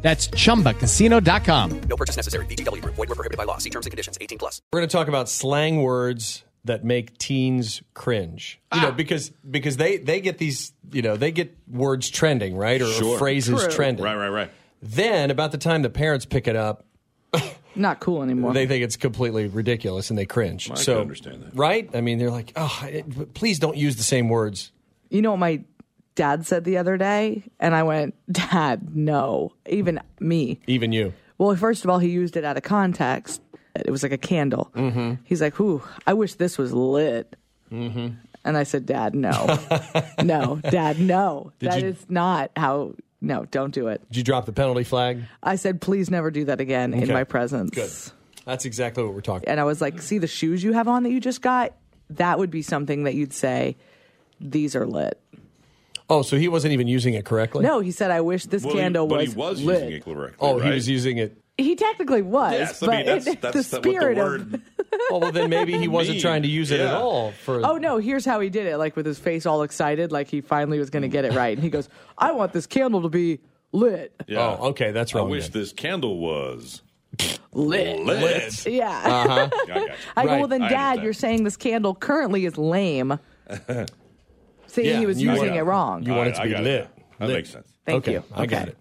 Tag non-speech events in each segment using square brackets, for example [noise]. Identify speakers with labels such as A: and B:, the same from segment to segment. A: That's chumbacasino.com.
B: No purchase necessary. VGW Group. Void were prohibited by law. See terms and conditions. 18 plus.
C: We're going to talk about slang words that make teens cringe. You
D: Ah.
C: know, because because they they get these, you know, they get words trending, right? Or, or
D: Sure.
C: phrases trending.
D: Right, right, right.
C: Then about the time the parents pick it up,
E: Not cool anymore.
C: they think it's completely ridiculous and they cringe. so
D: can understand that.
C: Right? I mean, they're like, "Oh, it, please don't use the same words."
E: you know what my dad said the other day? And I went, Dad, no. Even me.
C: Even you.
E: Well, first of all, he used it out of context. It was like a candle. Mm-hmm. He's like, Ooh, I wish this was lit. Mm-hmm. And I said,
C: [laughs]
E: Dad, no. no, Dad, no. That is
C: you-
E: not how. No, don't do it.
C: Did you drop the penalty flag?
E: I said, please never do that again in
C: Okay.
E: my presence.
C: Good. That's exactly what we're talking
E: and I was like, see the shoes you have on that you just got? That would be something that you'd say, these are lit.
C: Oh, so he wasn't even using it correctly?
E: No, he said, I wish this
D: Well, he-
E: candle
D: but
E: was,
D: he was
E: lit.
D: using it correctly.
C: Oh,
D: right?
C: he was using it.
E: He technically was,
D: Yes,
E: but
D: I mean that's
E: it-
D: that's
E: [laughs] the
D: that- what
E: spirit
D: the
E: of.
D: word.
C: Oh, well then maybe
D: [laughs]
C: he wasn't
D: Mean.
C: trying to use it at
D: Yeah.
C: all for
E: Oh no! Here's how he did it: like with his face all excited, like he finally was going to get it right. And he goes, "I want this candle to be lit,
D: Yeah.
C: Oh, okay, that's
D: I
C: wrong.
D: wish
C: then.
D: this candle was
E: lit,
D: lit.
E: Yeah.
D: I got you.
E: [laughs] I go,
C: Uh-huh, right.
E: well, then,
D: I
E: Dad,
D: understand.
E: you're saying this candle currently
D: [laughs]
E: is lame. See,
C: Yeah,
E: he was
C: you-
E: using
D: Yeah.
E: it wrong.
C: You want it to
D: I- I
C: be
D: got
C: lit.
D: That
C: Lit.
D: makes sense.
E: Thank
C: okay,
E: you.
C: I got
E: Okay.
C: it.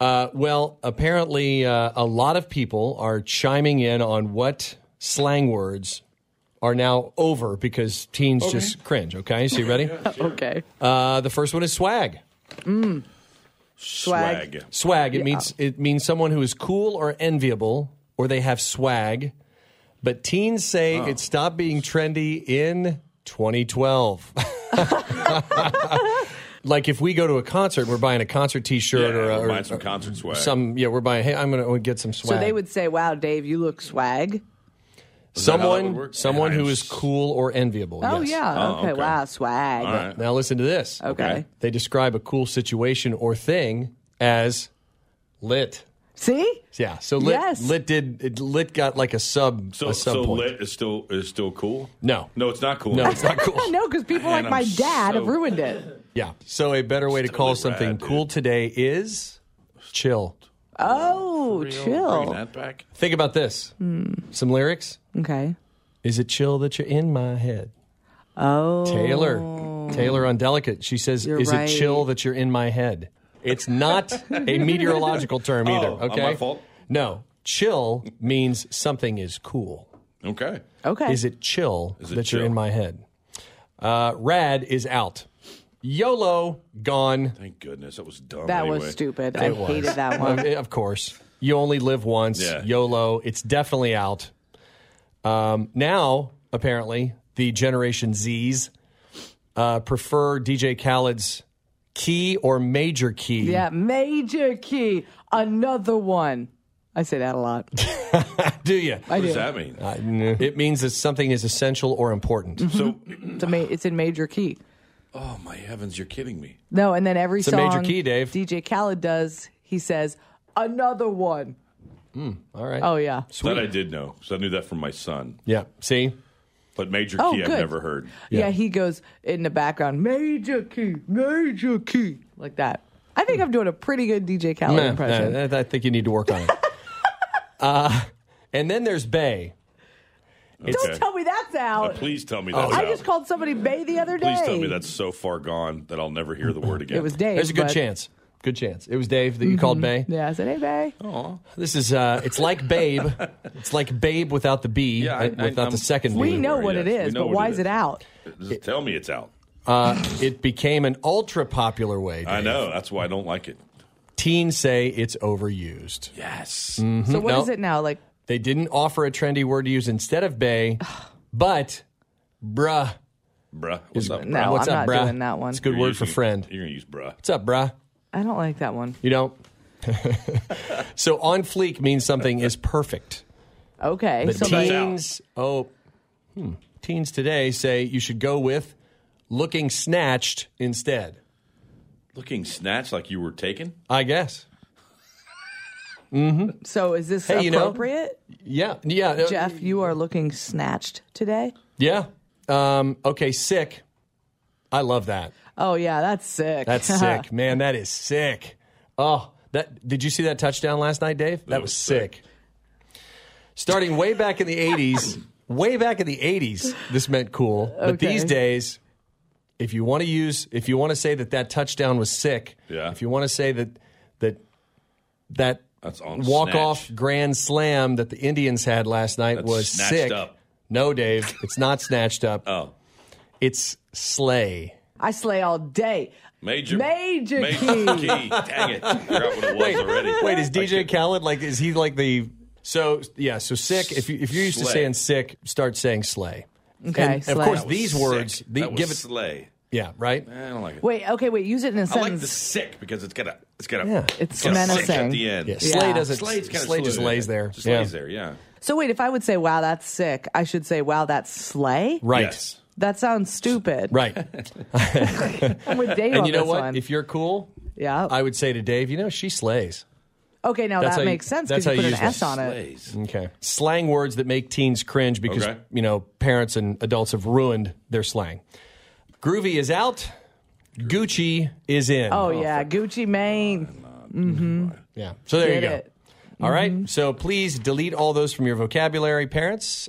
C: Uh, well, apparently, uh, a lot of people are chiming in on what slang words are now over because teens just cringe. Okay, so you ready?
E: Okay.
C: uh, the first one is swag.
E: Swag.
D: Swag.
C: Swag. It means it means someone who is cool or enviable, or they have swag. But teens say it stopped being trendy in 2012. [laughs] like if we go to a concert, we're buying a concert T-shirt
D: Yeah,
C: or, a-
D: we're
C: or
D: buying some concert swag.
C: Some yeah, we're buying. Hey, I'm gonna get some swag.
E: So they would say, "Wow, Dave, you look swag."
D: that how that would
C: someone
D: work?
C: someone
D: Yeah,
C: who
D: I'm
C: is
D: s-
C: cool or enviable.
E: Oh
C: yes.
E: yeah.
D: Oh,
E: okay.
D: okay.
E: Wow, swag.
D: All right.
C: Now listen to this.
E: Okay.
D: Okay.
C: They describe a cool situation or thing as lit.
E: See?
C: Yeah. So lit
E: Yes.
C: lit did it, lit got like a sub
D: So
C: a sub
D: so
C: point.
D: lit is still is still cool.
C: No.
D: no, it's not cool.
C: No, it's not cool.
E: [laughs] No, because people
D: Man,
E: like my
D: I'm
E: dad
D: so-
E: have
C: [laughs]
E: ruined it.
C: yeah. So a better way to
D: Still
C: call
D: rad,
C: something
D: dude.
C: cool today is chill.
E: Oh,
D: Bring
E: chill.
D: that back.
C: Think about this.
E: Hmm.
C: Some lyrics.
E: Okay.
C: Is it chill that you're in my head?
E: Oh.
C: Taylor. Taylor on Delicate. She says,
E: You're
C: Is
E: right.
C: it chill that you're in my head? It's not
E: [laughs]
C: a meteorological term either.
D: Oh, uh,
C: okay.
D: my fault?
C: No. Chill means something is cool.
D: Okay.
E: Okay.
C: Is it chill
D: it
C: that you're
D: chill?
C: in my head? Uh, rad is out. YOLO gone.
D: Thank goodness that was dumb.
E: that
D: anyway.
E: was stupid. I
C: was.
E: hated
C: [laughs]
E: that one.
C: Eh, Of course. You only live once.
D: Yeah.
C: YOLO. It's definitely out. Um, now, apparently, the Generation Zs uh, prefer DJ Khaled's key or major key.
E: Yeah, major key. Another one. I say that a lot.
C: Do you?
E: I
D: What
E: do.
D: does that mean?
C: It means that something is essential or important.
E: Mm-hmm.
D: so,
E: It's, a ma- it's in major key.
D: oh my heavens, you're kidding me.
E: No, and then every
C: a
E: song
C: major key, Dave.
E: DJ Khaled does, he says, another one.
C: All right.
E: Oh, yeah.
D: That I did know. So I knew that from my son.
C: Yeah. See?
D: But major
E: Oh,
D: key, I've
E: good.
D: never heard.
E: Yeah. he goes in the background, major key, major key, like that. I think I'm doing a pretty good DJ Khaled
C: Nah,
E: impression.
C: nah, I think you need to work
E: [laughs]
C: on it. uh, and then there's Bay.
E: Don't tell me that's out.
C: Oh,
D: Uh, please tell me that's
E: I
D: out.
E: just called somebody Bay the other day.
D: Please tell me that's so far gone that I'll never hear the word again.
E: It was Dave.
C: There's a good
E: but- Mm-hmm.
C: chance. Good chance. It was Dave that you called Bay.
E: Yeah, I said, hey, Bay.
C: This is uh, it's like Babe. it's like Babe without the B,
D: Yeah, I-
C: uh,
D: I-
C: without
D: I'm
C: the second
E: we
C: B.
E: know
D: Yes,
E: what it
D: we
E: is,
D: know
E: but
D: what
E: why
D: it
E: is it
D: is.
E: out?
C: Mm-hmm.
D: Just tell me it's out.
C: Uh, it became an ultra popular way.
D: I
C: Dave.
D: know. That's why I don't like it.
C: Teens say it's overused.
D: Yes.
E: So what is
C: no.
E: it now? Like,
C: They didn't offer a trendy word to use instead of Bay,
E: [sighs]
C: but bruh.
D: Bruh. What's up, bruh?
E: No,
C: What's
E: I'm
C: up,
E: not
C: bruh?
E: doing that one.
C: It's a good
D: You're
C: word
D: using-
C: for friend.
D: You're going to use bruh.
C: What's up, bruh?
E: I don't
C: [laughs]
E: like that one.
C: You don't. so on fleek means something is perfect.
E: Okay.
C: The
E: somebody-
D: out.
C: teens, oh, hmm, teens today say you should go with looking snatched instead.
D: Looking snatched like you were taken.
C: I guess.
E: so is this
C: Hey, you know-
E: appropriate?
C: Yeah, yeah, uh,
E: Jeff, you are looking snatched today.
C: yeah. Um, okay, sick. I love that.
E: Oh yeah, that's sick. [laughs]
C: That's sick, man. That is sick. Oh, that did you see that touchdown last night, Dave? That, was,
D: was
C: sick.
D: sick.
C: Starting way back in the eighties, way back in the eighties, this meant cool. But
E: Okay.
C: these days, if you want to use, if you want to say that that touchdown was sick,
D: Yeah.
C: If you want to say that that that
D: That's on
C: walk off
D: snatch.
C: grand slam that the Indians had last night
D: That's
C: was
D: snatched
C: sick.
D: up.
C: No, Dave, it's not snatched up.
D: Oh,
C: It's slay.
E: I slay all day.
D: major,
E: Major key.
D: Dang it! I forgot what it was already.
C: [laughs] Wait, is
D: I
C: DJ
D: couldn't-
C: Khaled like? Is he like the? So yeah, so sick. If you if you're used to
D: Slay.
C: saying sick, start saying slay.
E: Okay,
C: And of
E: slay.
C: course
E: That
D: was
C: these
D: sick.
C: words. The,
D: that was
C: give it.
D: slay.
C: yeah, right.
D: I don't like it.
E: Wait, okay, wait. Use it in a
D: I like the
E: sentence.
D: sick because it's got a it's got a
C: Yeah.
E: It's
D: got a sick
E: menacing.
D: at the end.
C: Yeah, slay
E: Yeah.
C: doesn't.
D: Slay's kinda
C: slay just
D: slid.
C: lays there.
D: Just
C: yeah.
D: lays there. Yeah.
E: so wait, if I would say "Wow, that's sick," I should say "Wow, that's slay."
C: Right.
D: Yes.
E: That sounds stupid.
C: Right.
E: I'm with Dave
C: and
E: on
C: you know
E: this
C: what?
E: one.
C: If you're cool,
E: yeah.
C: I would say to Dave, you know, she slays.
E: okay, now
C: that's
E: that
C: how you-
E: makes sense
C: that's
E: because
C: how
E: you
C: you
E: put an
C: use the
E: S on it.
D: Slays.
C: Okay. Slang words that make teens cringe because,
D: Okay.
C: you know, parents and adults have ruined their slang. Groovy is out. Gucci is in.
E: Oh yeah, Gucci Mane.
C: Yeah. So there you
E: Get
C: go.
E: it. Mm-hmm.
C: All right. So please delete all those from your vocabulary, parents.